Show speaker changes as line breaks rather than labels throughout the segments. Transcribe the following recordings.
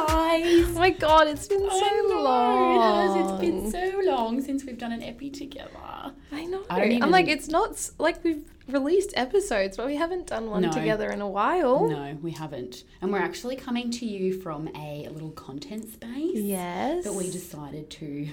Oh my god, it's been so long.
It has. Oh It's been so long since we've done an epi together.
I know.
I don't
I'm
even-
like, it's not s- like we've released episodes, but we haven't done one
No.
together in a while.
No, we haven't. And we're actually coming to you from a little content space
Yes.
that we decided to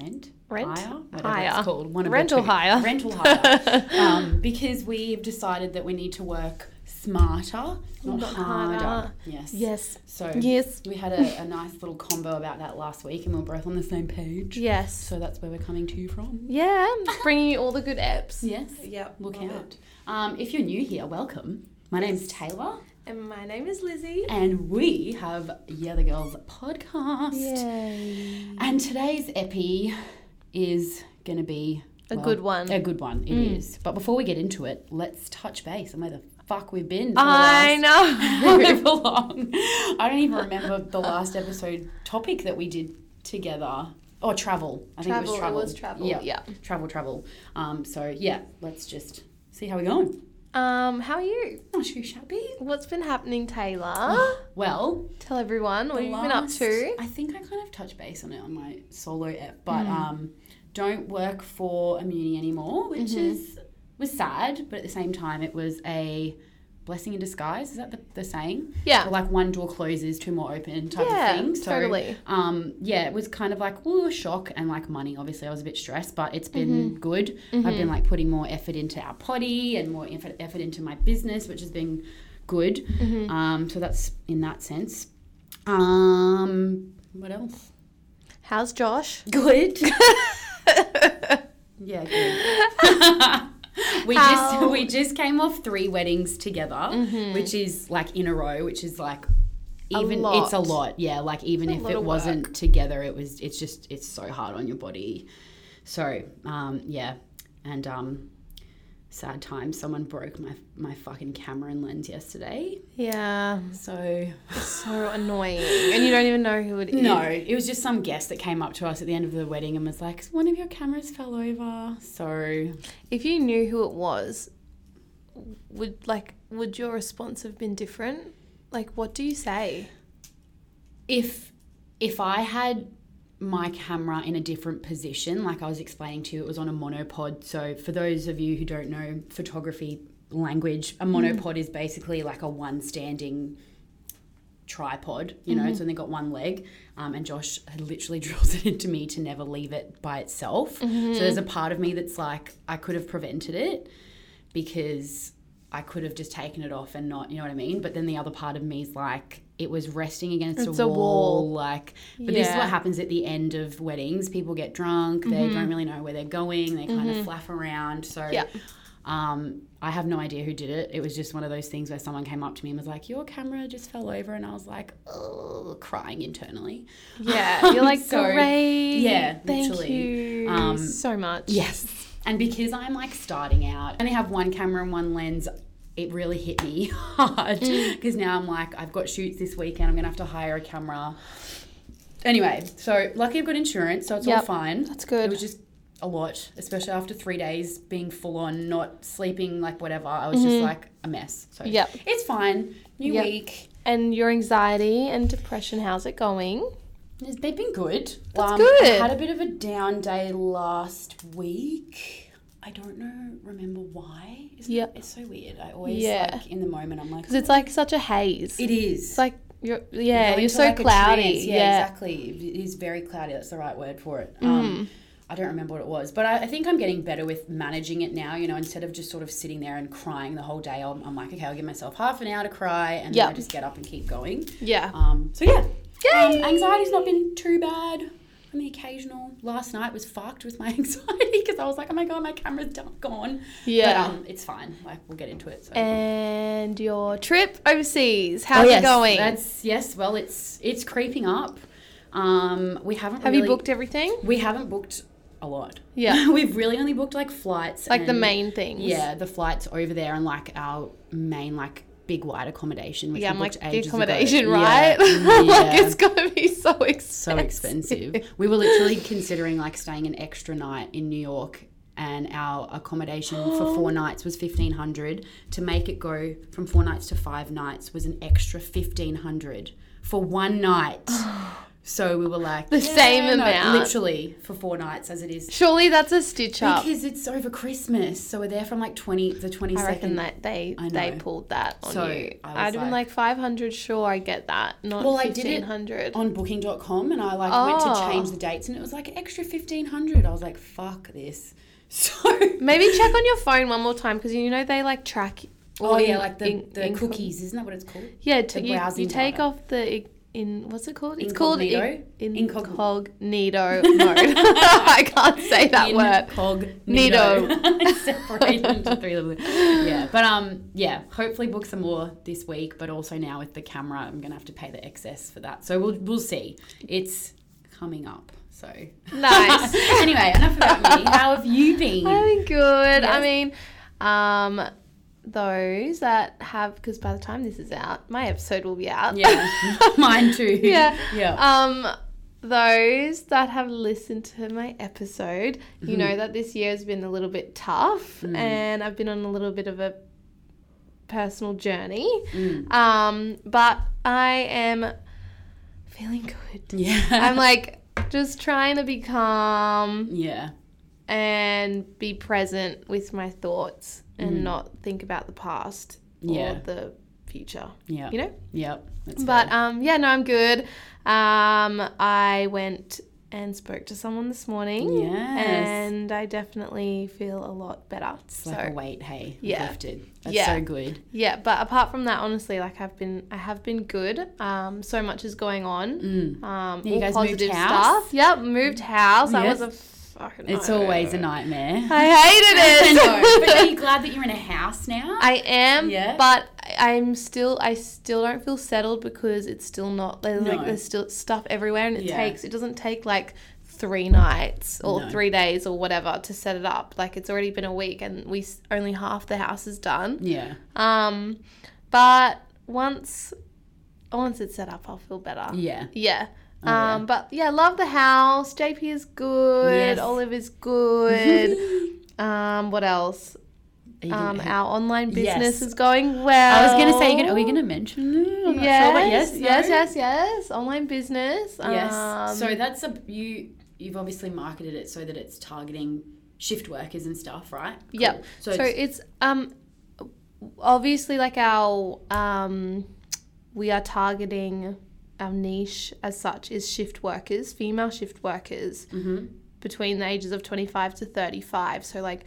rent.
Rent?
Hire? Whatever
Hire.
it's called. One of the
Rental
two.
hire.
Rental hire. um, because we've decided that we need to work smarter, not
Not
harder.
harder.
Yes.
Yes.
So
Yes.
we had a, a nice little combo about that last week and we were both on the same page.
Yes.
So that's where we're coming to you from.
yeah. Bringing you all the good eps.
Yes.
Yep.
Look
love
out. Um, if you're new here, welcome. My name's Taylor.
it. And my name is Lizzie.
and we have Yeah the Girls podcast.
Yay.
And today's epi is going to be
A good one. Mm.
A good one, it is. But before we get into it, let's touch base on where the fuck we've been. For
I
the
know.
last however long. I don't even remember the last episode topic that we did together. Or travel. I think it was travel.
Travel, it was travel, yeah.
Travel, travel. Um, so yeah, let's just see how we're going.
um, how are you?
Oh, she shall be.
What's been happening, Taylor?
Well,
Tell everyone what
The
you've been up
last-
to. Hmm.
I think I kind of touched base on it on my solo app, but um, don't work for Immuni anymore, which
Mm-hmm.
is was sad, but at the same time, it was a blessing in disguise. Is that the, the saying?
Yeah.
Or like one door closes, two more open type
Yeah,
of thing. So,
totally.
Um, yeah, it was kind of like ooh, a shock and like money. Obviously, I was a bit stressed, but it's been good. I've been like putting more effort into our potty and more effort, effort into my business, which has been good. Um, so that's in that sense. Um, what else?
How's Josh?
Good. yeah. Good. we
How- Mm-hmm.
just we just came off three weddings together, which is like in a row, which is like even it's a
lot.
lot. Yeah, like even
A
if
lot
it
of
wasn't together, it was. It's just it's so hard on your body. So um, yeah, and um, sad time. Someone broke my my fucking camera and lens yesterday.
Yeah.
So
So annoying. And you don't even know who it is.
No, it was just some guest that came up to us at the end of the wedding and was like, "One of your cameras fell over." So
If you knew who it was, would like would your response have been different? Like what do you say?
if if I had my camera in a different position, like I was explaining to you, it was on a monopod. So for those of you who don't know photography language, a monopod is basically like a one standing tripod, you know, it's only got one leg. Um, and Josh had literally drills it into me to never leave it by itself. So there's a part of me that's like, I could have prevented it because I could have just taken it off and not, you know what I mean? But then the other part of me is like, it was resting against
It's
a,
a
wall.
wall.
Like, but this is
Yeah. Mm-hmm.
what happens at the end of weddings. People get drunk, they don't really know where they're going, they kind of flaff around. So,
Yeah.
um, I have no idea who did it. It was just one of those things where someone came up to me and was like, Your camera just fell over. And I was like, Oh, crying internally.
Yeah. You're like
So,
great.
yeah,
Thank
literally.
you
Um,
so much.
Yes. And because I'm like starting out, I only have one camera and one lens. It really hit me hard
Mm.
because now I'm like, I've got shoots this weekend. I'm gonna have to hire a camera. Anyway, so lucky I've got insurance, so it's all
Yep.
fine.
That's good.
It was just a lot, especially after three days being full on, not sleeping, like whatever. I was just like a mess. So
Mm-hmm. Yep.
it's fine. New
Yep.
week.
And your anxiety and depression, how's it going?
It's- They've been good. Um,
That's
I
good.
had a bit of a down day last week. I don't know, remember why. Isn't
Yeah.
it- It's so weird. I always,
Yeah.
like, in the moment, I'm like,
Because it's like such a haze.
it is.
it's like you're yeah,
Going
you're
to,
so
like, a
cloudy.
trance.
yeah.
Yeah, exactly. It is very cloudy. That's the right word for it.
Mm-hmm.
Um, I don't remember what it was, but I, I think I'm getting better with managing it now. You know, instead of just sort of sitting there and crying the whole day, I'm, I'm like, okay, I'll give myself half an hour to cry, and then I
Yep.
just get up and keep going.
Yeah.
Um, so yeah, um,
Yay!
anxiety's not been too bad. I mean, occasional. Last night was fucked with my anxiety because I was like, oh my god, my camera's done, gone.
Yeah.
but, um, it's fine. Like we'll get into it. So.
and your trip overseas,
Oh,
how's
yes,
it going?
That's yes. Well, it's it's creeping up. Um, we haven't.
Have you
really-
booked everything?
We haven't booked a lot.
Yeah.
we've really only booked like flights.
Like the
and-
main things.
Um, Yeah, the flights over there and like our main like big wide accommodation. Which
Yeah,
we
I'm like
booked
the
ages ago.
accommodation,
Yeah.
right? like
Yeah.
it's gonna be so expensive.
so expensive. we were literally considering like staying an extra night in New York and our accommodation for four nights was 1500 to make it go from four nights to five nights was an extra 1500 for one night. So we were like
The same amount.
literally for four nights as it is
Surely that's a stitch up.
because it's over Christmas. So we're there from like twenty the twenty
I reckon
second.
that they
I
they
know.
pulled that on
So,
you.
I was
I'd been
like-
like 500. Sure, I get that. Not
Well, I did it
1500.
On Booking.com, and I like went to
Oh.
change the dates, and it was like an extra fifteen hundred. I was like, "Fuck this!" So
Maybe check on your phone one more time because you know they like track.
Oh
all
yeah,
in-
like the,
in-
the
income.
cookies, isn't that what it's called?
Yeah, t-
the
you, you
browsing
take
data.
off the i- in what's it called? It's called
Incognito?
in,
Incog-
incognito mode. I can't say that word.
Cog
Nido.
Separated into three little. Yeah, but um, yeah. Hopefully, book some more this week. But also now with the camera, I'm gonna have to pay the excess for that. So we'll we'll see. It's coming up. So
Nice.
anyway, enough about me. How have you been?
I'm good. I
Yes.
mean, um, those that have because by the time this is out, my episode will be out.
yeah, mine too.
Yeah.
yeah.
Um, those that have listened to my episode, you
Mm-hmm.
know that this year has been a little bit tough,
Mm.
and I've been on a little bit of a personal journey.
Mm.
Um, but I am feeling good.
yeah.
I'm like just trying to be calm
yeah.
and be present with my thoughts and not think about the past
Mm. Yeah.
or the future.
Yeah.
You know?
Yep. That's
But
fair.
um, yeah, no, I'm good. Um, I went and spoke to someone this morning.
Yes.
And I definitely feel a lot better.
it's
so
like a weight, hey,
Yeah.
lifted. That's
Yeah.
so good.
yeah, but apart from that, honestly, like I've been, I have been good. Um, so much is going on.
Mm.
Um,
Yeah, you
all
guys moved
positive
house?
stuff. Yep, moved house. I
Yes.
was a fucking.
It's
no.
always a nightmare.
I hated it.
I know. But are you glad that you're in a house now?
I am,
Yeah.
but I- I'm still I still don't feel settled because it's still not there's
No.
like there's still stuff everywhere and it
Yeah.
takes it doesn't take like three nights or
No.
three days or whatever to set it up like it's already been a week and we s- only half the house is done
yeah.
um but once once it's set up I'll feel better
Yeah.
yeah.
Oh, yeah.
Um, but yeah, love the house. JP is good.
Yes.
Olive is good. um, what else?
Are you gonna-
Um, our online business
Yes.
is going well.
I was going to say, you gonna- are we going to mention it? I'm not
yes,
sure, but yes, no?
yes, yes, yes. Online business.
Yes.
Um,
so that's a you. You've obviously marketed it so that it's targeting shift workers and stuff, right? Cool.
Yep.
So,
so
it's,
it's um, obviously like our um, we are targeting our niche as such is shift workers, female shift workers
Mhm.
between the ages of twenty five to thirty five. So like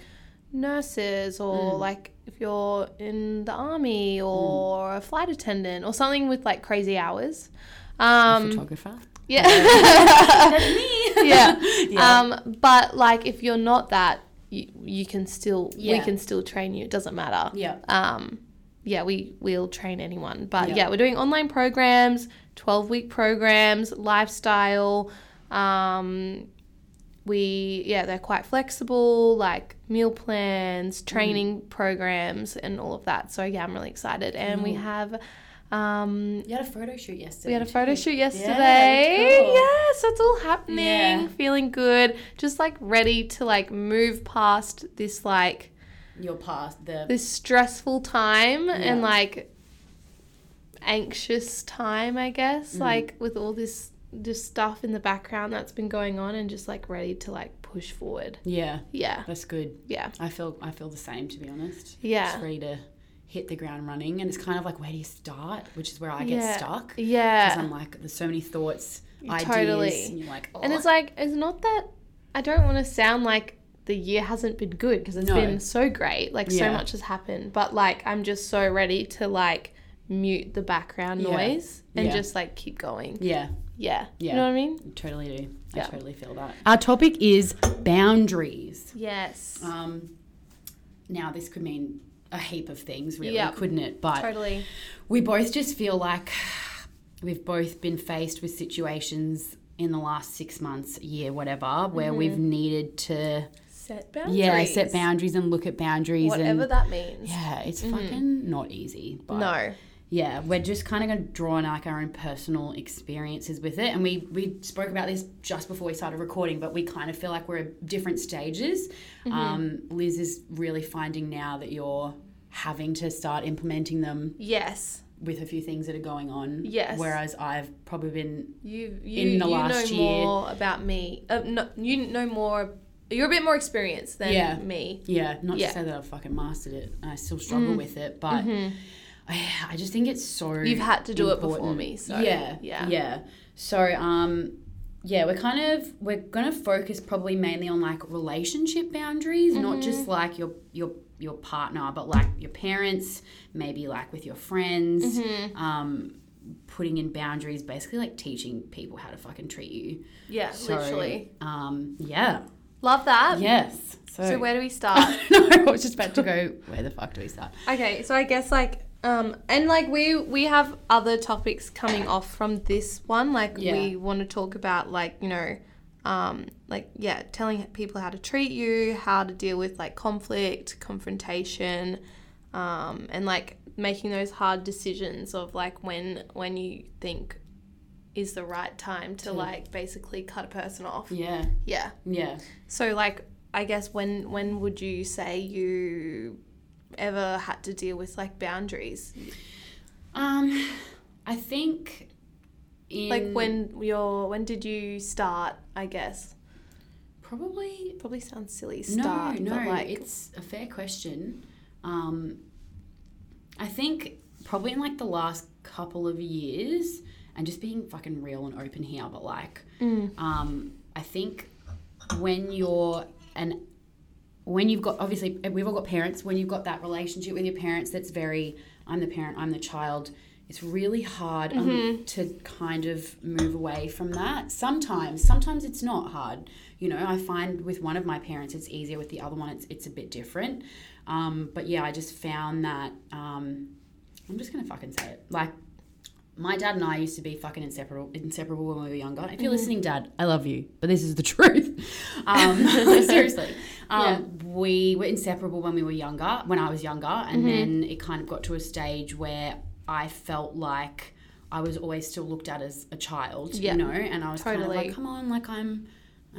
nurses or
Mm.
like if you're in the army or a flight attendant or something with like crazy hours. Um,
photographer.
yeah.
That's me.
yeah.
Yeah.
Um, but like if you're not that, you, you can still we
Yeah.
can still train you. It doesn't matter.
yeah.
Um, yeah, we will train anyone. But
Yeah.
yeah. we're doing online programs, twelve week programs, lifestyle. Um, we yeah, they're quite flexible, like meal
Mm-hmm.
plans, training programs, and all of that. So yeah, I'm really excited, and
Mm-hmm.
we have. Um,
You had a photo shoot yesterday.
we had a photo shoot yesterday.
cool.
Yes, that's all happening.
Yeah.
Feeling good. Just like ready to like move past this like
Your past, the
this stressful time and
Yeah.
like anxious time, I guess.
Mm-hmm.
Like with all this just stuff in the background that's been going on and just like ready to like push forward.
yeah.
Yeah.
That's good.
Yeah.
I feel I feel the same to be honest. Just
Yeah.
ready to hit the ground running, and it's kind of like where do you start, which is where I get
Yeah.
stuck. Because
Yeah.
I'm like, there's so many thoughts, ideas,
Uh, Totally.
and you're like, oh,
And it's like it's not that I don't want to sound like the year hasn't been good because it's
No.
been so great. Like
Yeah.
so much has happened, but like I'm just so ready to like mute the background
Yeah.
noise and
Yeah.
just like keep going.
yeah,
Yeah.
Yeah.
You know what I mean?
totally do. I
Yeah.
totally feel that. Our topic is boundaries.
Yes.
Um, now this could mean a heap of things, really,
Yeah.
couldn't it? But
Totally.
we both just feel like we've both been faced with situations in the last six months, year, whatever, where we've needed to
Set Mm-hmm. boundaries.
yeah set boundaries and look at boundaries
Whatever
and
that means.
yeah, it's fucking not easy. But
No.
yeah, we're just kind of going to draw on like our own personal experiences with it, and we we spoke about this just before we started recording, but we kind of feel like we're at different stages.
Mm-hmm.
Um, Liz is really finding now that you're having to start implementing them
Yes.
with a few things that are going on.
Yes.
Whereas I've probably been
You you,
the
you
last
know
year.
more about me. Uh, no, you know more. You're a bit more experienced than
Yeah.
me.
yeah, not
Yeah. Mm.
to say that I've fucking mastered it. and I still struggle with it, but I, I just think it's so
Mm-hmm. You've had to do it before
important.
me. So
yeah,
yeah,
yeah. So um, yeah, we're kind of we're gonna focus probably mainly on like relationship boundaries,
Mm-hmm.
not just like your your your partner, but like your parents, maybe like with your friends.
Mm-hmm.
Um, putting in boundaries, basically like teaching people how to fucking treat you.
Yeah,
So,
literally.
Um, yeah.
Love that.
Yes.
So where do we start?
no, I was just about to go. Where the fuck do we start?
okay, so I guess like um and like we we have other topics coming off from this one. Like
Yeah.
we want to talk about like, you know, um like yeah, telling people how to treat you, how to deal with like conflict, confrontation, um and like making those hard decisions of like when when you think is the right time to like basically cut a person off.
Yeah,
Mm. Yeah.
yeah.
So like I guess when when would you say you ever had to deal with like boundaries?
Um, I think in
Like when your when did you start, I guess?
probably
Probably sounds silly start,
no,
but
no.
like
It's a fair question. Um, I think probably in like the last couple of years, and just being fucking real and open here, but like,
Mm.
um, I think when you're an when you've got obviously eh, we've all got parents when you've got that relationship with your parents that's very i'm the parent i'm the child it's really hard um, to kind of move away from that sometimes sometimes it's not hard you know i find with one of my parents it's easier with the other one it's, it's a bit different um, but yeah i just found that um, i'm just gonna fucking say it like my dad and I used to be fucking inseparable, inseparable when we were younger. If you're listening, Dad, I love you, but this is the truth. Um, seriously, um, we were inseparable when we were younger, when I was younger,
Mm-hmm.
and then it kind of got to a stage where I felt like I was always still looked at as a child,
Yeah.
you know, and I was kind of
Totally.
like, come on, like I'm.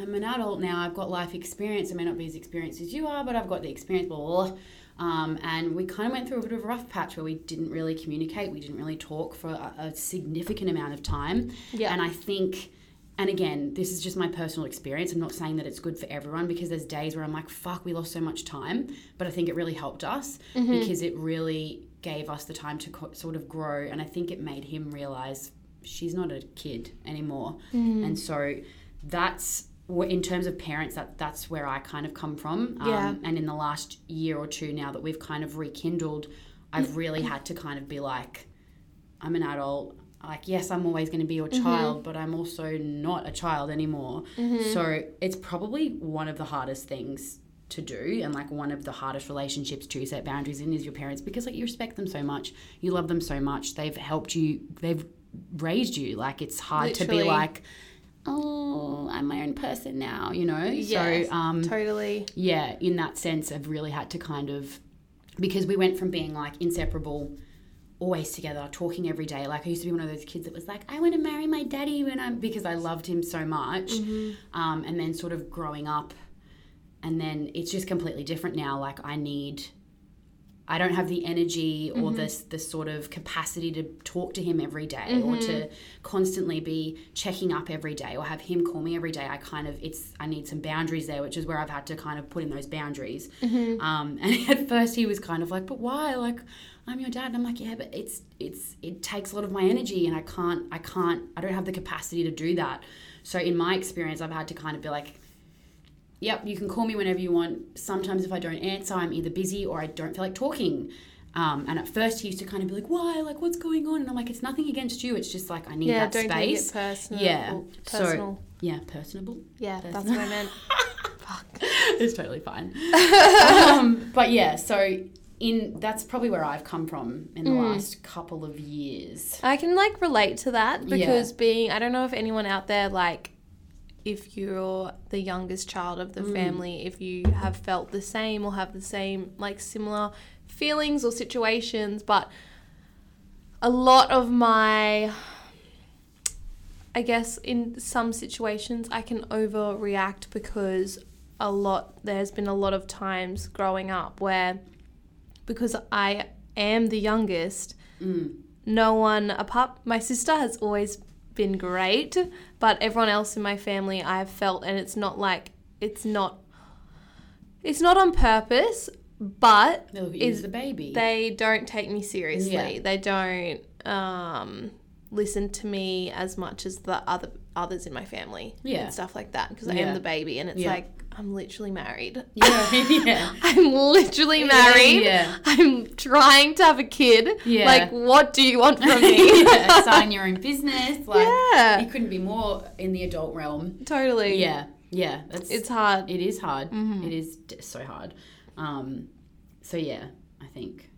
I'm an adult now. I've got life experience. I may not be as experienced as you are, but I've got the experience. Blah, blah, blah. Um, and we kind of went through a bit of a rough patch where we didn't really communicate. We didn't really talk for a, a significant amount of time.
Yeah.
And I think, and again, this is just my personal experience. I'm not saying that it's good for everyone because there's days where I'm like, fuck, we lost so much time. But I think it really helped us because it really gave us the time to co- sort of grow. And I think it made him realize she's not a kid anymore. And so that's wh- in terms of parents that that's where I kind of come from. Um,
Yeah.
And in the last year or two, now that we've kind of rekindled, I've really had to kind of be like, I'm an adult. Like, yes, I'm always going to be your child, but I'm also not a child anymore. So it's probably one of the hardest things to do and like one of the hardest relationships to set boundaries in is your parents because like you respect them so much you love them so much they've helped you they've raised you like it's hard to
Literally.
be like oh i'm my own person now you know
yeah,
so um
totally.
yeah, in that sense, I've really had to kind of because we went from being like inseparable, always together, talking every day. Like I used to be one of those kids that was like, I want to marry my daddy when I'm because I loved him so much, um, and then sort of growing up, and then it's just completely different now. Like I need. I don't have the energy or this this sort of capacity to talk to him every day or to constantly be checking up every day or have him call me every day. I kind of it's I need some boundaries there, which is where I've had to kind of put in those boundaries. Um, and at first he was kind of like, "But why? Like, I'm your dad." And I'm like, "Yeah, but it's it's it takes a lot of my energy, and I can't I can't I don't have the capacity to do that." So in my experience, I've had to kind of be like, yep, you can call me whenever you want. Sometimes if I don't answer, I'm either busy or I don't feel like talking. Um, and at first, he used to kind of be like, why? Like, what's going on? And I'm like, it's nothing against you. It's just like, I need
Yeah,
that
don't
space.
take it personal.
Yeah.
or
So-
Personal.
yeah, personable.
yeah, that's
personal.
what I meant.
it's totally fine. um, but yeah, so in that's probably where I've come from in the
Mm.
last couple of years.
I can like relate to that
Yeah.
because being I don't know if anyone out there like if you're the youngest child of the family, if you have felt the same or have the same like similar feelings or situations, but a lot of my I guess in some situations I can overreact because a lot there's been a lot of times
Mm.
growing up where because I am the youngest no one apart my sister has always been great, but everyone else in my family I've felt and it's not like it's not it's not on purpose, but
They look at you as
Is
the baby.
they don't take me seriously.
Yeah.
They don't um, listen to me as much as the other others in my family
Yeah.
and stuff like that because I
Yeah.
am the baby and it's
Yeah.
like I'm literally married.
yeah, yeah.
I'm literally married.
Yeah.
I'm trying to have a kid.
Yeah.
Like, what do you want from me?
yeah. Starting your own business. Like,
Yeah.
you couldn't be more in the adult realm.
totally.
Yeah, yeah. Mm-hmm. That's
It's hard.
It is hard. It is d- so hard. Um, so yeah, I think.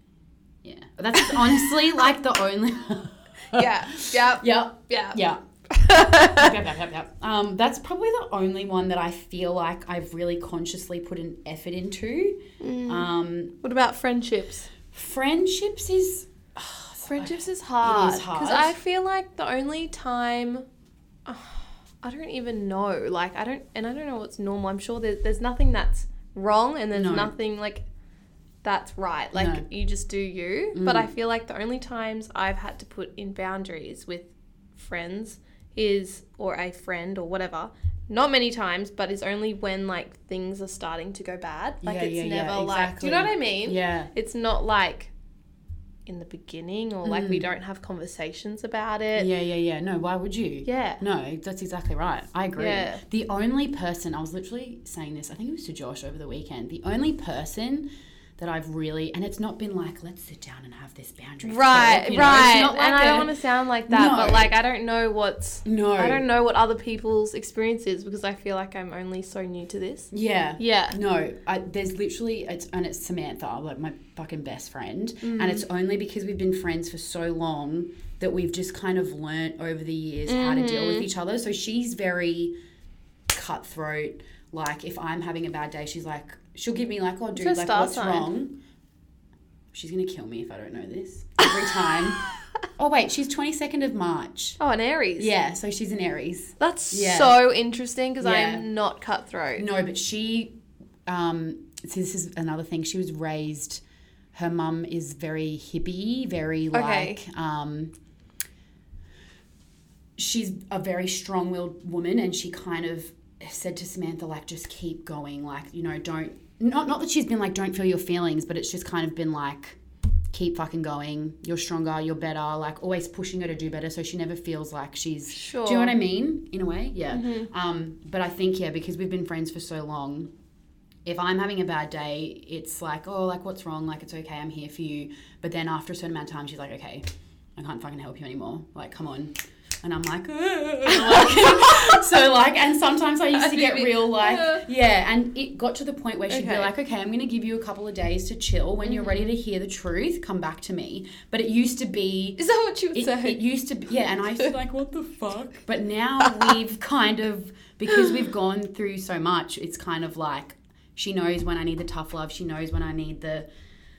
Yeah, that's honestly like the only.
yeah. Yep.
Yep.
Yeah.
Yeah. Yep, yep, yep, yep. Um, that's probably the only one that I feel like I've really consciously put an effort into. Um,
What about friendships?
friendships is
Friendships is hard.
hard.
I feel like the only time. I don't even know. Like, I don't. And I don't know what's normal. I'm sure there, there's nothing that's wrong and there's
No.
nothing like that's right. Like,
No. Mm.
you just do you. But I feel like the only times I've had to put in boundaries with friends is, or a friend or whatever, not many times, but is only when like things are starting to go bad. Like,
Yeah,
it's
yeah, yeah,
never like. Do you
exactly.
know what I mean?
yeah,
it's not like in the beginning or like we don't have conversations about
Mm. yeah,
it.
yeah, yeah. No, why would you?
Yeah.
No, that's exactly right. I agree.
Yeah.
The only person I was literally saying this, I think it was to Josh over the weekend. The only person that I've really, and it's not been like, let's sit down and have this boundary.
Right,
talk, you know? It's
right.
not
and
like
I I
a-
don't want to sound like that, but
No.
like I don't know what's
No.
I don't know what other people's experience is because I feel like I'm only so new to this.
Yeah.
Yeah.
No, I, there's literally it's and it's Samantha, like my fucking best friend,
Mm.
and it's only because we've been friends for so long that we've just kind of learnt over the years how to deal
Mm-hmm.
with each other. So she's very cutthroat. Like if I'm having a bad day, she's like she'll give me like, "Oh, dude,
a
like
star
what's
sign.
wrong?" She's gonna kill me if I don't know this every time. oh wait, she's twenty second of March.
Oh, an Aries.
Yeah, so she's an Aries.
That's
Yeah.
so interesting because
Yeah.
I'm not cutthroat.
No, but she, um, see, this is another thing. She was raised. Her mum is very hippie, very
Okay.
like. Um, she's a very strong-willed woman, and she kind of said to Samantha, like, just keep going, like, you know, don't. Not not that she's been like, don't feel your feelings, but it's just kind of been like, keep fucking going. You're stronger. You're better. Like always pushing her to do better, so she never feels like she's.
Sure. Mm-hmm.
Do you know what I mean? In a way, yeah. Um, but I think yeah, because we've been friends for so long. If I'm having a bad day, it's like, oh, like what's wrong? Like it's okay, I'm here for you. But then after a certain amount of time, she's like, okay, I can't fucking help you anymore. Like, come on. And I'm like, "Ugh." so like, and sometimes I used to get real like, yeah. And it got to the point where she'd be
Okay.
like, okay, I'm gonna give you a couple of days to chill. When you're ready to hear the truth, come back to me. But it used to be
Is that what you would
it,
say?
it used to be, yeah, and I used to be like, what the fuck? But now we've kind of, because we've gone through so much, it's kind of like she knows when I need the tough love, she knows when I need the,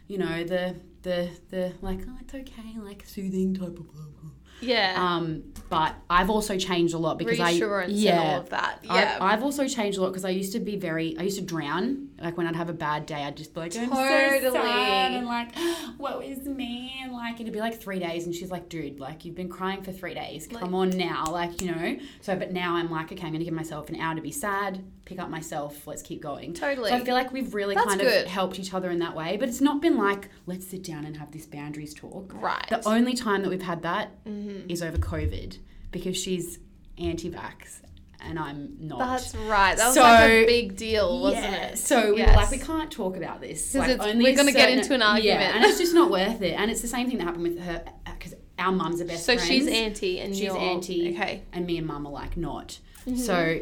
you know, the, the, the, like, oh, it's okay, like soothing type of blah, blah.
yeah.
Um, but I've also changed a lot because
Reassurance
I, yeah,
and all of that. Yeah.
I've, I've also changed a lot because I used to be very, I used to drown. Like when I'd have a bad day, I'd just be like, I'm so
Totally.
sad and like, woe is me. And like, it'd be like three days. And she's like, dude, like you've been crying for three days. Come on now. Like, you know. So, but now I'm like, okay, I'm going to give myself an hour to be sad, pick up myself, let's keep going.
Totally.
So I feel like we've really
That's
kind
good.
of helped each other in that way. But it's not been like, let's sit down and have this boundaries talk.
right.
The only time that we've had that is
Mm-hmm.
over COVID because she's anti-vax and I'm not.
That's right. That was
So-
like a big deal, wasn't
yeah.
it?
So we were
Yes.
like, we can't talk about this.
'Cause
Like,
it's-
only
we're
a
gonna get
certain-
into an argument.
Yeah, and it's just not worth it. And it's the same thing that happened with her because our mums are best
So
friends.
she's anti and
She's
you're
anti.
Okay. Mm-hmm.
and me and mum are like not. So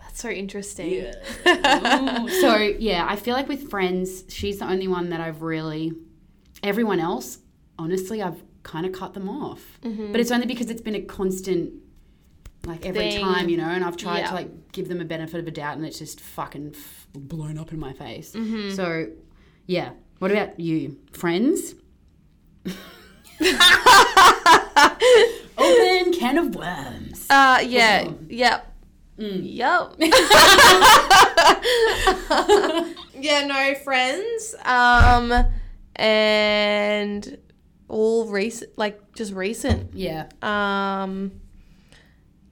That's so interesting. Uh,
so yeah, I feel like with friends, she's the only one that I've really. Everyone else, honestly, I've kind of cut them off.
Mm-hmm.
But it's only because it's been a constant, like every
Thing.
time, you know. And I've tried
Yeah.
to like give them a benefit of a doubt, and it's just fucking f- blown up in my face.
Mm-hmm.
So, yeah. What about you, friends? Open can of worms.
Uh, yeah.
Awesome.
Yep.
Mm.
Yep. yeah, no friends. Um, and all recent, like just recent.
Yeah.
Um,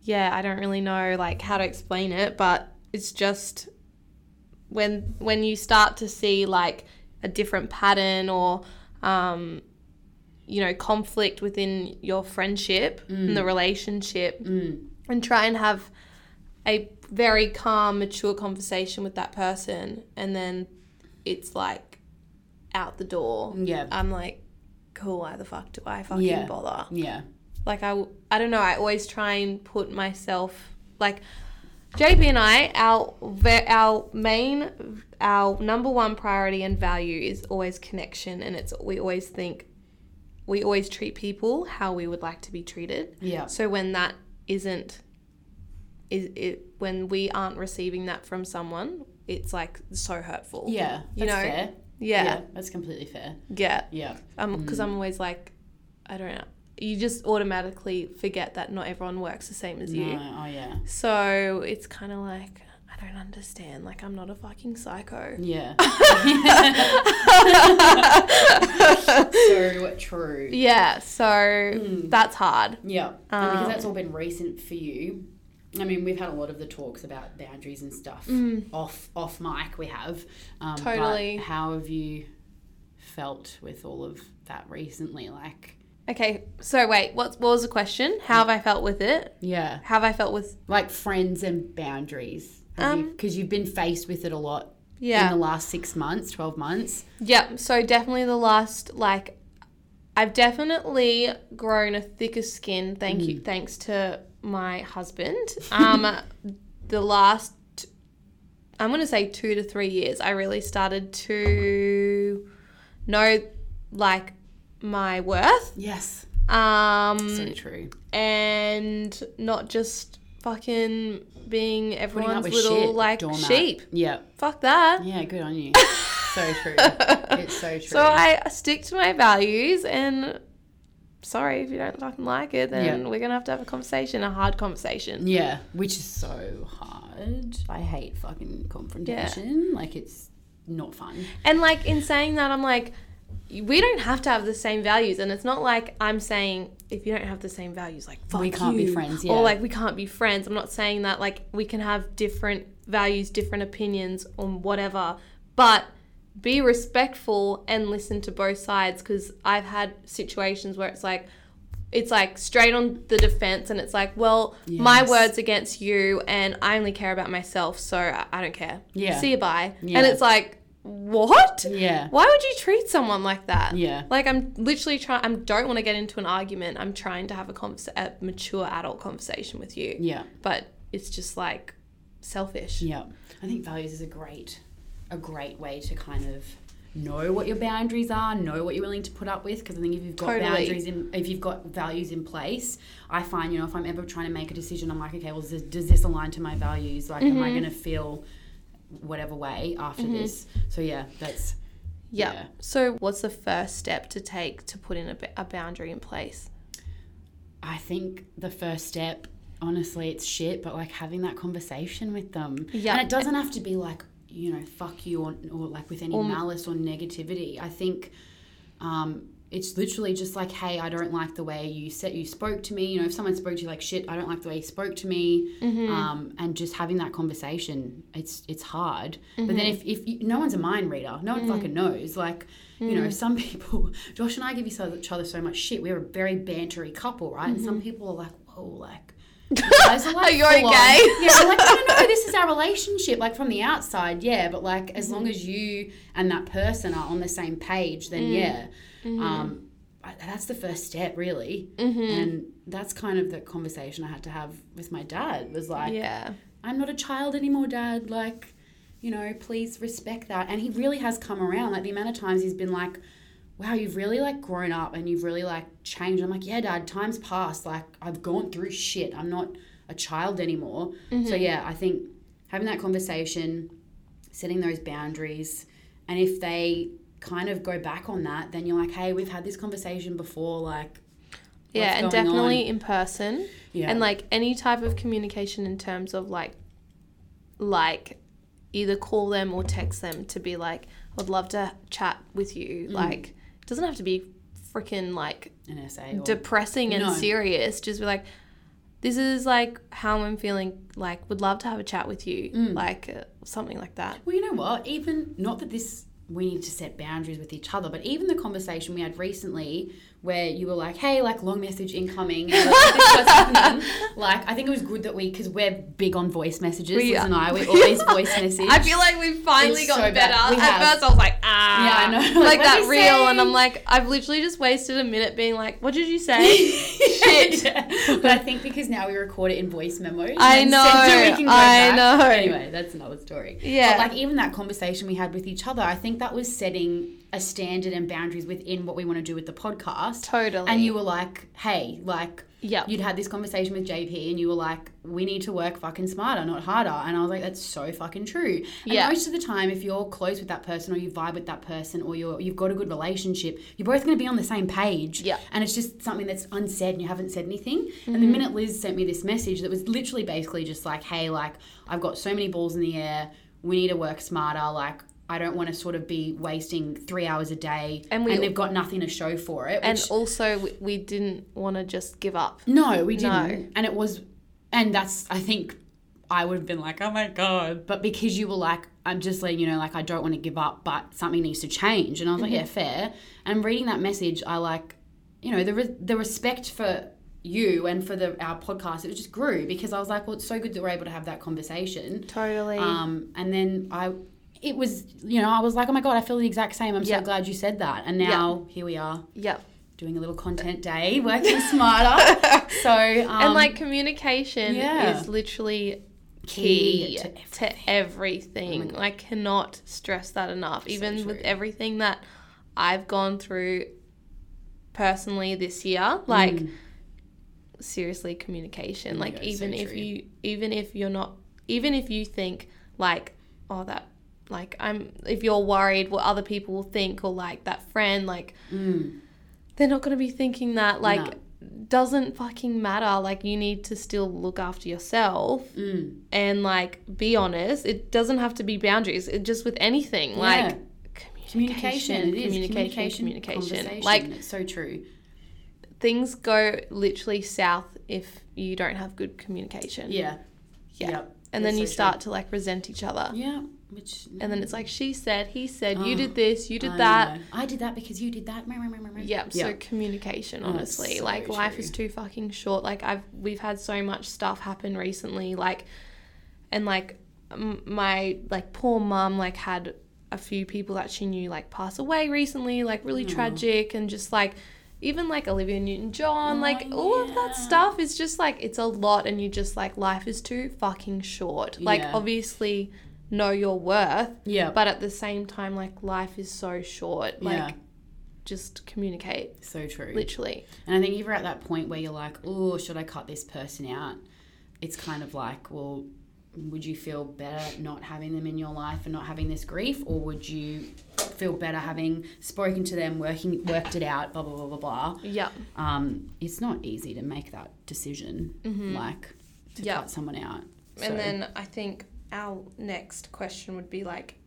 yeah, I don't really know like how to explain it, but it's just when when you start to see like a different pattern or um, you know conflict within your friendship and the
Mm.
relationship, and try and have a very calm, mature conversation with that person, and then it's like out the door.
Yeah.
I'm like, cool. Why the fuck do I fucking
Yeah.
bother?
Yeah.
Like I, w- I don't know. I always try and put myself like JB and I. Our ve- our main, our number one priority and value is always connection, and it's we always think, we always treat people how we would like to be treated.
Yeah.
So when that isn't is it when we aren't receiving that from someone, it's like so hurtful.
Yeah. That's
You know,
fair.
Yeah.
That's completely fair.
Yeah.
Yeah.
Um because
Mm.
I'm always like I don't know. You just automatically forget that not everyone works the same as you.
No, oh yeah.
So it's kind of like I don't understand. Like I'm not a fucking psycho.
Yeah. so true.
Yeah, so
Hmm.
that's hard.
Yeah. and because that's all been recent for you. I mean, we've had a lot of the talks about boundaries and stuff off off mic. We have um, but
Mm. Totally.
how have you felt with all of that recently? Like,
Okay, so wait, what, what was the question? How have I felt with it?
yeah,
Have I felt with
like friends and boundaries. Because
Um,
you, have been faced with it a lot
yeah?
in the last six months, twelve months.
Yep. So definitely the last like I've definitely grown a thicker skin. Thank
Mm.
you. Thanks to my husband. Um the last I'm going to say 2 to 3 years I really started to know like my worth.
Yes,
Um
so true.
and not just fucking being
Putting up
everyone's
with
little
shit,
like
doormat.
sheep.
Yeah,
Fuck that.
yeah, good on you. so true. It's so true.
So I stick to my values and sorry if you don't fucking like it, then
Yeah.
we're gonna have to have a conversation, a hard conversation.
Yeah, which is so hard. I hate fucking confrontation. Like it's not fun.
And like in saying that, I'm like, we don't have to have the same values, and it's not like I'm saying if you don't have the same values, like fuck
We can't be
you,"
friends, yeah.
or like we can't be friends. I'm not saying that like we can have different values, different opinions, on whatever, but be respectful and listen to both sides because I've had situations where it's like it's like straight on the defense and it's like well my
Yes.
words against you and I only care about myself so I I don't care
Yeah.
see you bye
Yeah.
and it's like what
Yeah.
why would you treat someone like that
Yeah.
like i'm literally trying i don't want to get into an argument i'm trying to have a, convers- a mature adult conversation with you
Yeah.
but it's just like selfish
Yeah. I think values is a great a great way to kind of know what your boundaries are, know what you're willing to put up with because I think if you've got
Totally.
boundaries in if you've got values in place, I find, you know, if I'm ever trying to make a decision, I'm like, okay, well, does this, does this align to my values? Like am
Mm-hmm.
I going to feel whatever way after this? So yeah, that's
yeah.
Yeah.
so what's the first step to take to put in a, ba- a boundary in place
I think the first step, honestly, it's shit, but like having that conversation with them.
Yeah.
And it doesn't have to be like, you know, fuck you or, or like with any malice or negativity. I think um, it's literally just like, hey, I don't like the way you said you spoke to me. You know, if someone spoke to you like shit, I don't like the way you spoke to me.
Mm-hmm.
Um, and just having that conversation, it's it's hard. But then
Mm-hmm.
if, if you, no one's a mind reader, no one
Mm.
fucking knows. Like, you know, some people, Josh and I give each other each other so much shit. We're a very bantery couple, right? And some people are like, whoa, like. you guys Are, like
Mm-hmm. Are you
full on.
okay?
Yeah, I'm like no, no, no, this is our relationship. Like from the outside, yeah, but like as long as you and that person are on the same page, then yeah, um, I- that's the first step, really. And that's kind of the conversation I had to have with my dad. Was like,
yeah
I'm not a child anymore, Dad. Like, you know, please respect that. And he really has come around. Like the amount of times he's been like, Wow, you've really like grown up and you've really like changed. I'm like, Yeah, Dad, time's passed. Like I've gone through shit. I'm not a child anymore. So yeah, I think having that conversation, setting those boundaries, and if they kind of go back on that, then you're like, Hey, we've had this conversation before, like
yeah
what's
and
going on?
definitely in person
Yeah.
and like any type of communication in terms of like like either call them
Mm.
or text them to be like i'd love to chat with you like it doesn't have to be freaking like
an essay. Or,
depressing and
No.
serious. Just be like, this is like how I'm feeling. Like, would love to have a chat with you.
Mm.
Like uh, something like that.
well, you know what? Even not that this we need to set boundaries with each other, but even the conversation we had recently where you were like, "Hey, like long message incoming," and like, this was happening. Like I think it was good that we because we're big on voice messages.
We
Liz
are.
and I we always voice message.
I feel like we've finally
It's
got
so
better.
bad. We
At
have.
first, I was like, ah,
Yeah, I know.
like
What
that
did I
reel, and
say?
I'm like, I've literally just wasted a minute being like, what did you say?
Shit. But I think because now we record it in voice memos. and
I
then
know,
send it, we can go
I
back.
know.
Anyway, that's another story.
Yeah.
But like even that conversation we had with each other, I think that was setting a standard and boundaries within what we want to do with the podcast.
Totally.
And you were like, hey, like
Yep.
you'd had this conversation with JP and you were like, we need to work fucking smarter, not harder. And I was like, that's so fucking true. And
Yeah.
most of the time, if you're close with that person or you vibe with that person or you're, you've got a good relationship, you're both going to be on the same page.
Yeah. Mm-hmm.
And it's just something that's unsaid and you haven't said anything. And the minute Liz sent me this message that was literally basically just like, hey, like, I've got so many balls in the air. We need to work smarter. Like, I don't want to sort of be wasting three hours a day
And we-
we've got nothing to show for it.
and
which-
also, we, we didn't want to just give up.
no, we
Mm-hmm. No.
didn't. And it was, and that's, I think I would have been like, oh my God. But because you were like, I'm just letting you know, like, I don't want to give up, but something needs to change. And I was
Mm-hmm.
like, yeah, fair. And reading that message, I like, you know, the, re- the respect for you and for the our podcast, it just grew because I was like, well, it's so good that we're able to have that conversation.
Totally.
Um, and then I, it was, you know, I was like, oh my God, I feel the exact same. I'm
Yeah.
so glad you said that. And now here we are
yep.
doing a little content day, working smarter. so um,
and like communication
yeah.
is literally key to
to-
everything. Oh I cannot stress that enough. Even with
true.
everything that I've gone through personally this year, like seriously communication. Like
God, it's
even
so
if
true.
you even if you're not even if you think like oh that like I'm if you're worried what other people will think or like that friend like
mm,
they're not going to be thinking that like doesn't fucking matter like you need to still look after yourself
mm.
and like be honest it doesn't have to be boundaries it just with anything
Yeah.
like
communication,
communication
it is.
communication communication like
it's so true.
things go literally south if you don't have good communication
Yeah,
Yeah.
Yep.
and then
That's
you
so
start to like resent each other
true. Yeah, which
and then it's like she said he said you
Oh,
did this you did
I
that
know. I did that because you did that. Meh, meh, meh, meh, meh.
Yep. So communication,
Oh, that's
honestly,
so
like life
true.
is too fucking short. Like I've we've had so much stuff happen recently, like, and like m- my like poor mum like had a few people that she knew like pass away recently, like really
Mm.
tragic, and just like even like Olivia Newton John, like all of
Oh, yeah.
that stuff is just like it's a lot, and you just like life is too fucking short. Like
Yeah.
obviously know your worth,
yeah,
but at the same time, like life is so short. Like
yeah,
just communicate
so true.
literally
And I think if you're at that point where you're like, oh, should I cut this person out? It's kind of like, well, would you feel better not having them in your life and not having this grief, or would you feel better having spoken to them, working, worked it out, blah blah blah blah blah?
yeah
Um, it's not easy to make that decision, like to
Yeah.
cut someone out. So,
Mm-hmm. and then i think our next question would be like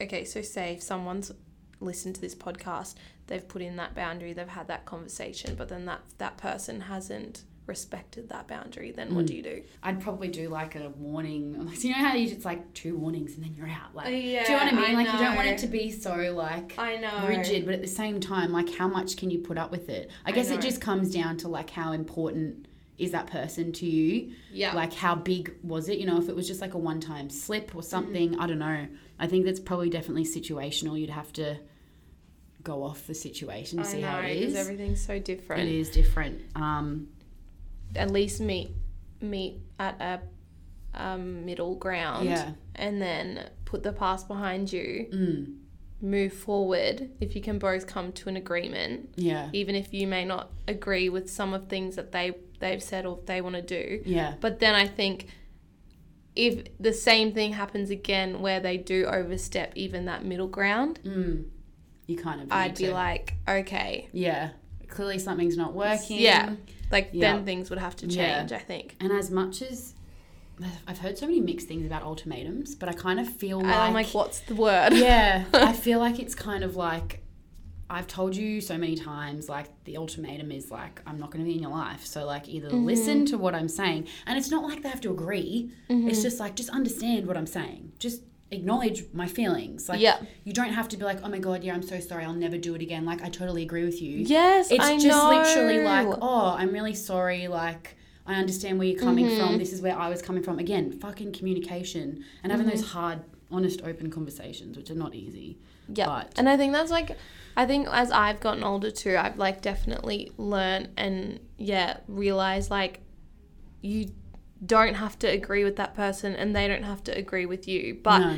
okay so say if someone's listened to this podcast they've put in that boundary they've had that conversation but then that that person hasn't respected that boundary then
Mm.
what do you do
I'd probably do like a warning. So you know how you just like two warnings and then you're out. Like, do you
Uh, Yeah,
know what I mean?
I
like you don't want
know.
it to be so like.
i know
rigid, but at the same time, like how much can you put up with it? I guess
know.
it just comes down to like how important is that person to you?
yeah
Like how big was it? You know, if it was just like a one time slip
Mm.
or something, I don't know. I think that's probably definitely situational. You'd have to go off the situation
I
to see how
know,
it
'cause
is.
everything's so
It
different
is different. Um,
at least meet meet at a um, middle ground
Yeah.
and then put the past behind you
mm,
move forward if you can both come to an agreement
yeah.
even if you may not agree with some of things that they they've said or they want to do
Yeah.
but then i think if the same thing happens again where they do overstep even that middle ground
Mm, you kind of.
i'd
need
be
to-
like okay
yeah. Clearly something's not working.
yeah like
Yeah.
then things would have to
Yeah.
change i think
And as much as I've heard so many mixed things about ultimatums, but I kind of feel
And
like,
i'm like what's the word
yeah, I feel like it's kind of like I've told you so many times, like, the ultimatum is like, I'm not going to be in your life. So, like, either listen to what I'm saying. And it's not like they have to agree. It's just like, just understand what I'm saying. Just acknowledge my feelings. Like,
Yeah.
you don't have to be like, oh my God, yeah, I'm so sorry. I'll never do it again. Like, I totally agree with you.
Yes,
It's
I
just literally like,
know.
oh, I'm really sorry. Like, I understand where you're coming
Mm-hmm.
from. This is where I was coming from. Again, fucking communication and having those
Mm-hmm.
hard, honest, open conversations, which are not easy.
Yeah.
But-
And I think that's like, I think as I've gotten older too, I've like definitely learned and yeah, realized like you don't have to agree with that person and they don't have to agree with you. But
No.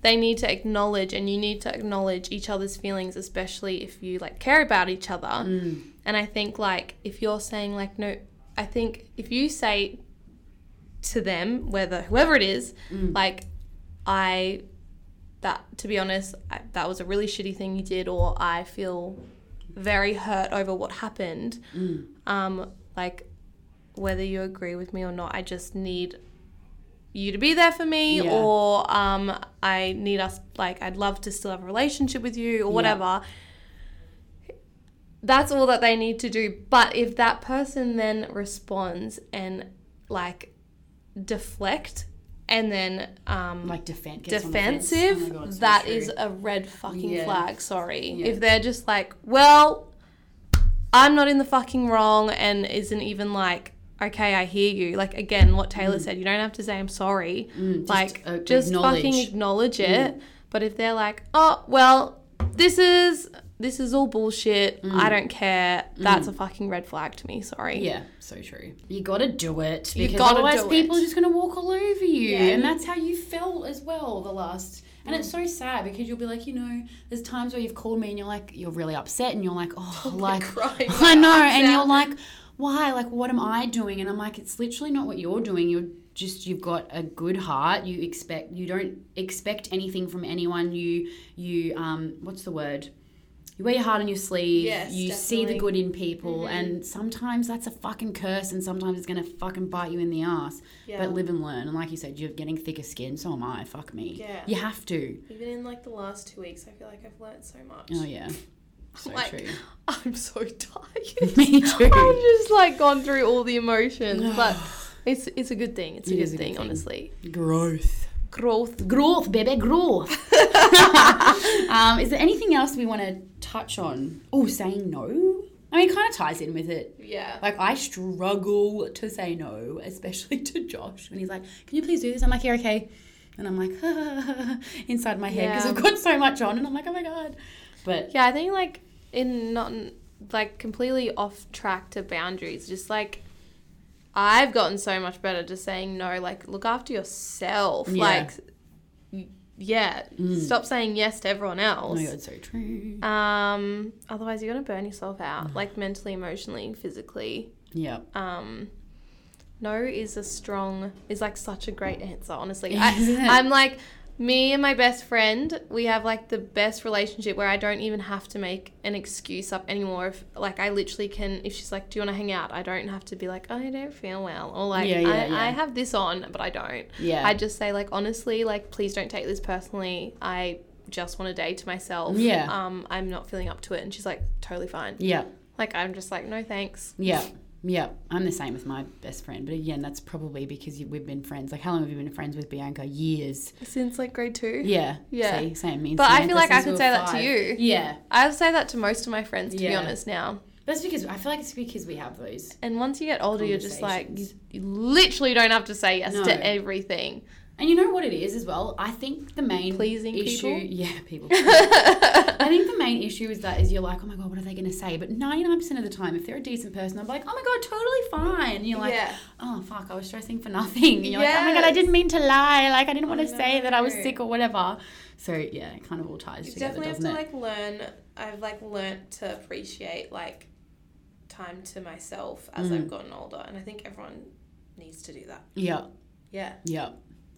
they need to acknowledge and you need to acknowledge each other's feelings, especially if you like care about each other. And I think like if you're saying like, no, I think if you say to them, whether whoever it is, like, I that to be honest I, that was a really shitty thing you did or i feel very hurt over what happened um like whether you agree with me or not i just need you to be there for me
Yeah.
or um i need us like i'd love to still have a relationship with you or whatever that's all that they need to do but if that person then responds and like deflect and then um
like defend, gets on the fence.
defensive,
Oh my God, it's so
that
true.
is a red fucking
Yeah.
flag. Sorry.
Yeah.
If they're just like, well, I'm not in the fucking wrong and isn't even like, okay, I hear you. Like, again, what Taylor said, you don't have to say I'm sorry.
Mm. just,
like,
uh,
just fucking
acknowledge. Mm.
acknowledge it. But if they're like, oh, well, this is. This is all bullshit. I don't care. That's a fucking red flag to me. Sorry.
Mm. yeah, so true. You gotta do it because
gotta
otherwise
do
people
it.
are just gonna walk all over you,
Yeah.
and that's how you felt as well the last. And it's so sad because you'll be like, you know, there's times where you've called me and you're like, you're really upset, and you're like, oh, like
crying my
I know,
eyes
and you're
out.
like, why? Like, what am I doing? And I'm like, it's literally not what you're doing. You're just you've got a good heart. You expect you don't expect anything from anyone. You you um what's the word? You wear your heart on your sleeve.
Yes,
you see the
definitely.
good in people,
Mm-hmm.
and sometimes that's a fucking curse, and sometimes it's gonna fucking bite you in the ass.
Yeah.
But live and learn. And like you said, you're getting thicker skin. So am I. Fuck me.
Yeah.
You have to.
Even in like the last two weeks, I feel like I've learned so much.
Oh yeah. So
Like-
true.
I'm so tired.
Me too.
I've just like gone through all the emotions, but it's it's a good thing. It's a
It
good
is a good
thing,
thing.
honestly.
Growth.
Growth.
Growth, baby, growth. um, is there anything else we want to touch on? Oh, saying no. I mean, it kind of ties in with it.
Yeah.
Like I struggle to say no, especially to Josh when he's like, "Can you please do this?" I'm like, "Yeah, okay," and I'm like, inside my head because
Yeah.
I've got so much on, and I'm like, "Oh my god!" But
Yeah, I think like in not like completely off track to boundaries. Just like I've gotten so much better just saying no. Like look after yourself.
Yeah. Mm.
Like y- yeah, stop saying yes to everyone
oh
else.
my god, so true.
um, otherwise you're gonna burn yourself out, like mentally, emotionally, physically.
Yeah,
um no is a strong is like such a great answer honestly
Isn't it?
I, i'm like me and my best friend we have like the best relationship where i don't even have to make an excuse up anymore if like i literally can if she's like do you want to hang out i don't have to be like "Oh, i don't feel well or like
Yeah, yeah,
I,
yeah.
I have this on but i don't
yeah,
i just say like honestly like please don't take this personally i just want a day to myself
Yeah.
um i'm not feeling up to it and she's like totally fine
yeah,
like i'm just like no thanks
yeah. Yeah, I'm the same with my best friend, but again, that's probably because you- we've been friends. Like, how long have you been friends with Bianca? Years.
since like grade two
Yeah.
Yeah.
See, same. Me and
But I
Samantha
feel like I
since we
could
were
say that to
five.
you.
Yeah,
I say that to most of my friends, to be
Yeah.
honest, now.
that's because I feel like it's because we have those
And once you get older, you're just like, you,
Conversations.
you literally don't have to say yes
No.
to everything.
And you know what it is as well? I think the main
Pleasing
issue,
people?
yeah, people. I think the main issue is that is you're like, oh my god, what are they going to say? But ninety nine percent of the time, if they're a decent person, I'm like, oh my god, totally fine. And you're like,
Yeah.
oh fuck, I was stressing for nothing. And you're like, oh my god, I
Yes.
didn't mean to lie. Like I didn't want
I
to say that I was
know.
sick or whatever. So yeah, it kind of all ties together, doesn't it?
like learn. I've like learned to appreciate like time to myself as
Mm.
I've gotten older, and I think everyone needs to do that.
yeah,
Yeah,
yeah,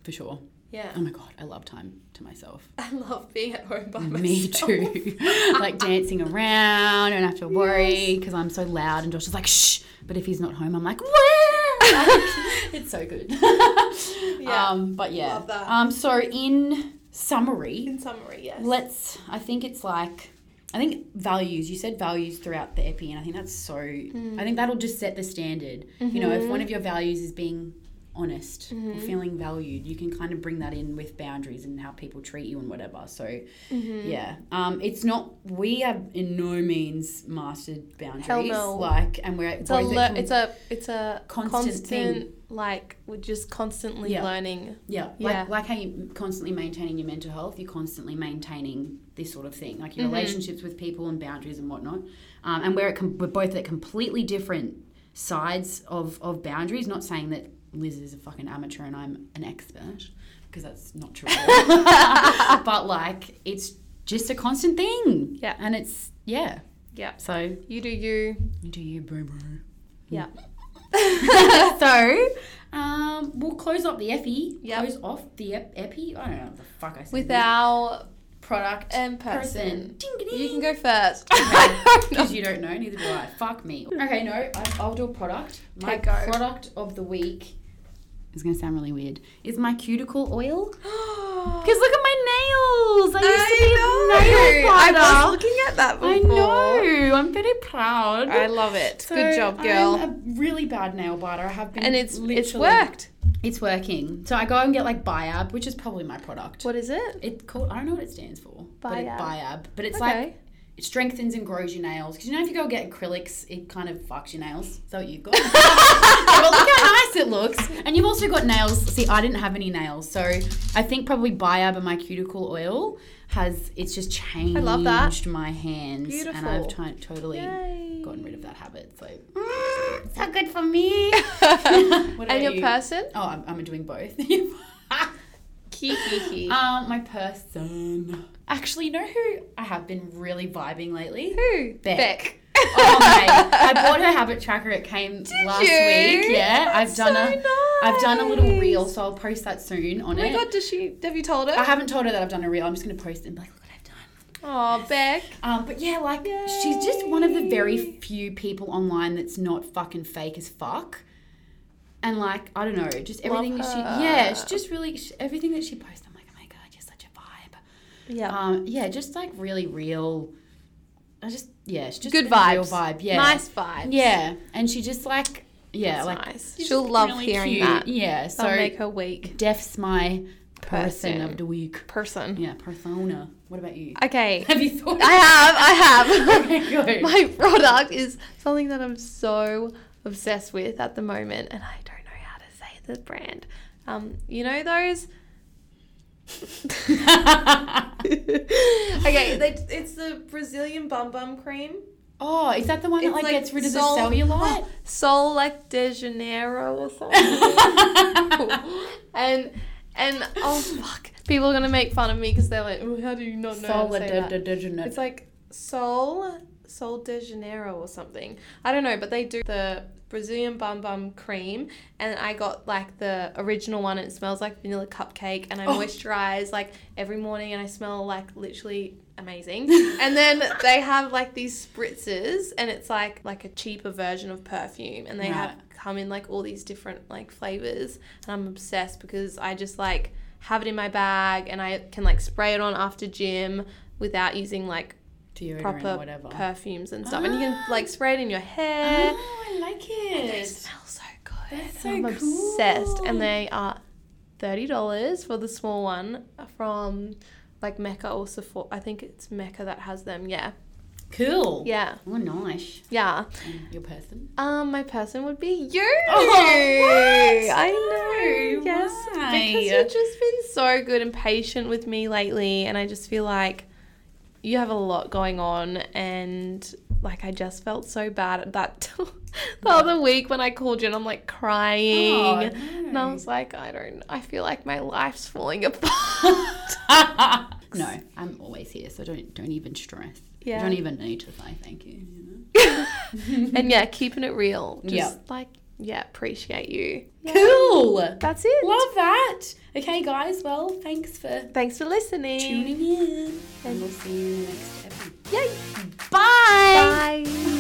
for sure.
yeah.
Oh my god, I love time to myself.
I love being at home by
Me too. like dancing around, I don't have to worry
Yes.
because I'm so loud. And Josh is like, shh. But if he's not home, I'm like, where? it's so good.
Yeah.
Um, but yeah.
Love that.
Um, so in summary,
In summary, yes.
let's. I think it's like I think values, you said values throughout the epi, and I think that's so, I think that'll just set the standard. You know,
Mm-hmm.
if one of your values is being honest or feeling valued, you can kind of bring that in with boundaries and how people treat you and whatever. So,
Mm-hmm.
yeah. Um, it's not, we have in no means mastered boundaries.
no.
Like, and we're
It's a,
both at
le-
com-
it's a it's a
constant
constant,
thing.
like we're just constantly
Yeah.
learning.
Yeah,
Yeah.
Like, like how you're constantly maintaining your mental health, you're constantly maintaining this sort of thing, like
Mm-hmm.
your relationships with people and boundaries and whatnot. Um, and we're, at com- we're both at completely different sides of, of boundaries, not saying that Liz is a fucking amateur and I'm an expert, because that's not true. but like, it's just a constant thing.
Yeah.
And it's, yeah.
Yeah,
So
you do you.
you do you, bro, bro.
Yeah,
so um, we'll close up the epi.
Yep.
Close off the ep- epi. I don't know what the fuck I said.
with our
product
in
person.
person.
Ding
You can
ding.
go first.
Because you don't know, neither do I. Fuck me. Okay, no, I, I'll do a product. My
Okay, go.
product of the week. It's gonna sound really weird. Is my cuticle oil? Because look at my nails. I used to be a
I
nail
was
filer.
looking at that before.
I know. I'm very proud.
I love it.
So
Good job, girl.
I'm a really bad nail biter. I have been,
and it's it's
literally-
worked.
It's working. So I go and get like Biab, which is probably my product.
What is it?
It's called. I don't know what it stands for. But it's
Biab.
Biab. But it's like
okay.
it strengthens and grows your nails. Because you know, if you go get acrylics, it kind of fucks your nails. Is that what you've got? Yeah, but look how nice it looks. And you've also got nails. See, I didn't have any nails, so I think probably Biab and my cuticle oil has. It's just changed.
love that.
My hands, and I've t- totally
Yay.
gotten rid of that habit. So mm, so good for me. What about
and your
you?
person?
Oh, I'm, I'm doing both.
Kiki.
um, my person. Actually, you know who I have been really vibing lately?
Who?
Beck. oh mate, I bought her habit tracker. It came last
you?
week. Yeah, I've
That's
done
so
a, have done a little
nice.
reel, so I'll post that soon on
Oh my
it.
god, does she have you told
I
her?
haven't told her that I've done a reel. I'm just gonna post it and be like, look what I've done.
Oh, Beck.
Um, but yeah, like she's just one of the very few people online that's not fucking fake as fuck. And like I don't know, just
Love
everything that she
her.
yeah, it's just really she, everything that she posts. I'm like, oh my god, you're such a vibe.
Yeah.
Um, yeah, just like really real. I just yeah, she's just
Good
a real
vibes.
vibe. Yeah,
Nice vibes.
Yeah, and she just like yeah,
That's
like
nice.
she's
She'll
just
love
really
hearing
cute.
that.
Yeah, so
That'll make her weak.
Def's my person,
Person.
of the week.
Person.
Yeah, persona. What about you?
Okay.
Have you thought?
I have, I have.
Okay, good.
My product is something that I'm so obsessed with at the moment, and I don't know how to say the brand. Um, you know those? okay, they, it's the Brazilian bum bum cream.
oh, is that the one that
It's
like,
like
gets rid of
sol-
the cellulite? Oh,
Sol like de Janeiro or something. and and oh fuck, people are gonna make fun of me because they're like, "Oh, how do you not know? how to say that?" It's like Sol Sol de Janeiro or something. I don't know, but they do the Brazilian bum bum cream, and I got like the original one. And it smells like vanilla cupcake, and I
Oh.
moisturize like every morning, and I smell like literally amazing. and then they have like these spritzers, and it's like like a cheaper version of perfume, and they have come in like all these different like flavors, and I'm obsessed because I just like have it in my bag, and I can like spray it on after gym without using like
deodorant or
proper
whatever. Ah.
perfumes and stuff. And you can like spray it in your hair.
oh, I like
They
it.
smell so good.
That's so
I'm
cool.
obsessed. And they are thirty dollars for the small one from like Mecca or Sephora. I think it's Mecca that has them. Yeah,
Cool.
yeah,
Oh, nice.
yeah.
And your person.
Um, my person would be you.
Oh, what?
I know.
No,
Yes,
why?
because you've just been so good and patient with me lately, and I just feel like you have a lot going on, and like I just felt so bad at that the other week when I called you, and I'm like crying,
Oh,
and I
no.
was like, I don't. I feel like my life's falling apart.
no, I'm always here, so don't don't even stress.
Yeah.
You don't e- even need to say thank you. you know?
and yeah, keeping it real. Just
Yeah.
like yeah, appreciate you.
Cool.
That's it.
Love that. Okay, guys. Well, thanks for
Thanks for listening.
tuning in, and we'll see you in the next episode.
Yay.
Bye.
Bye.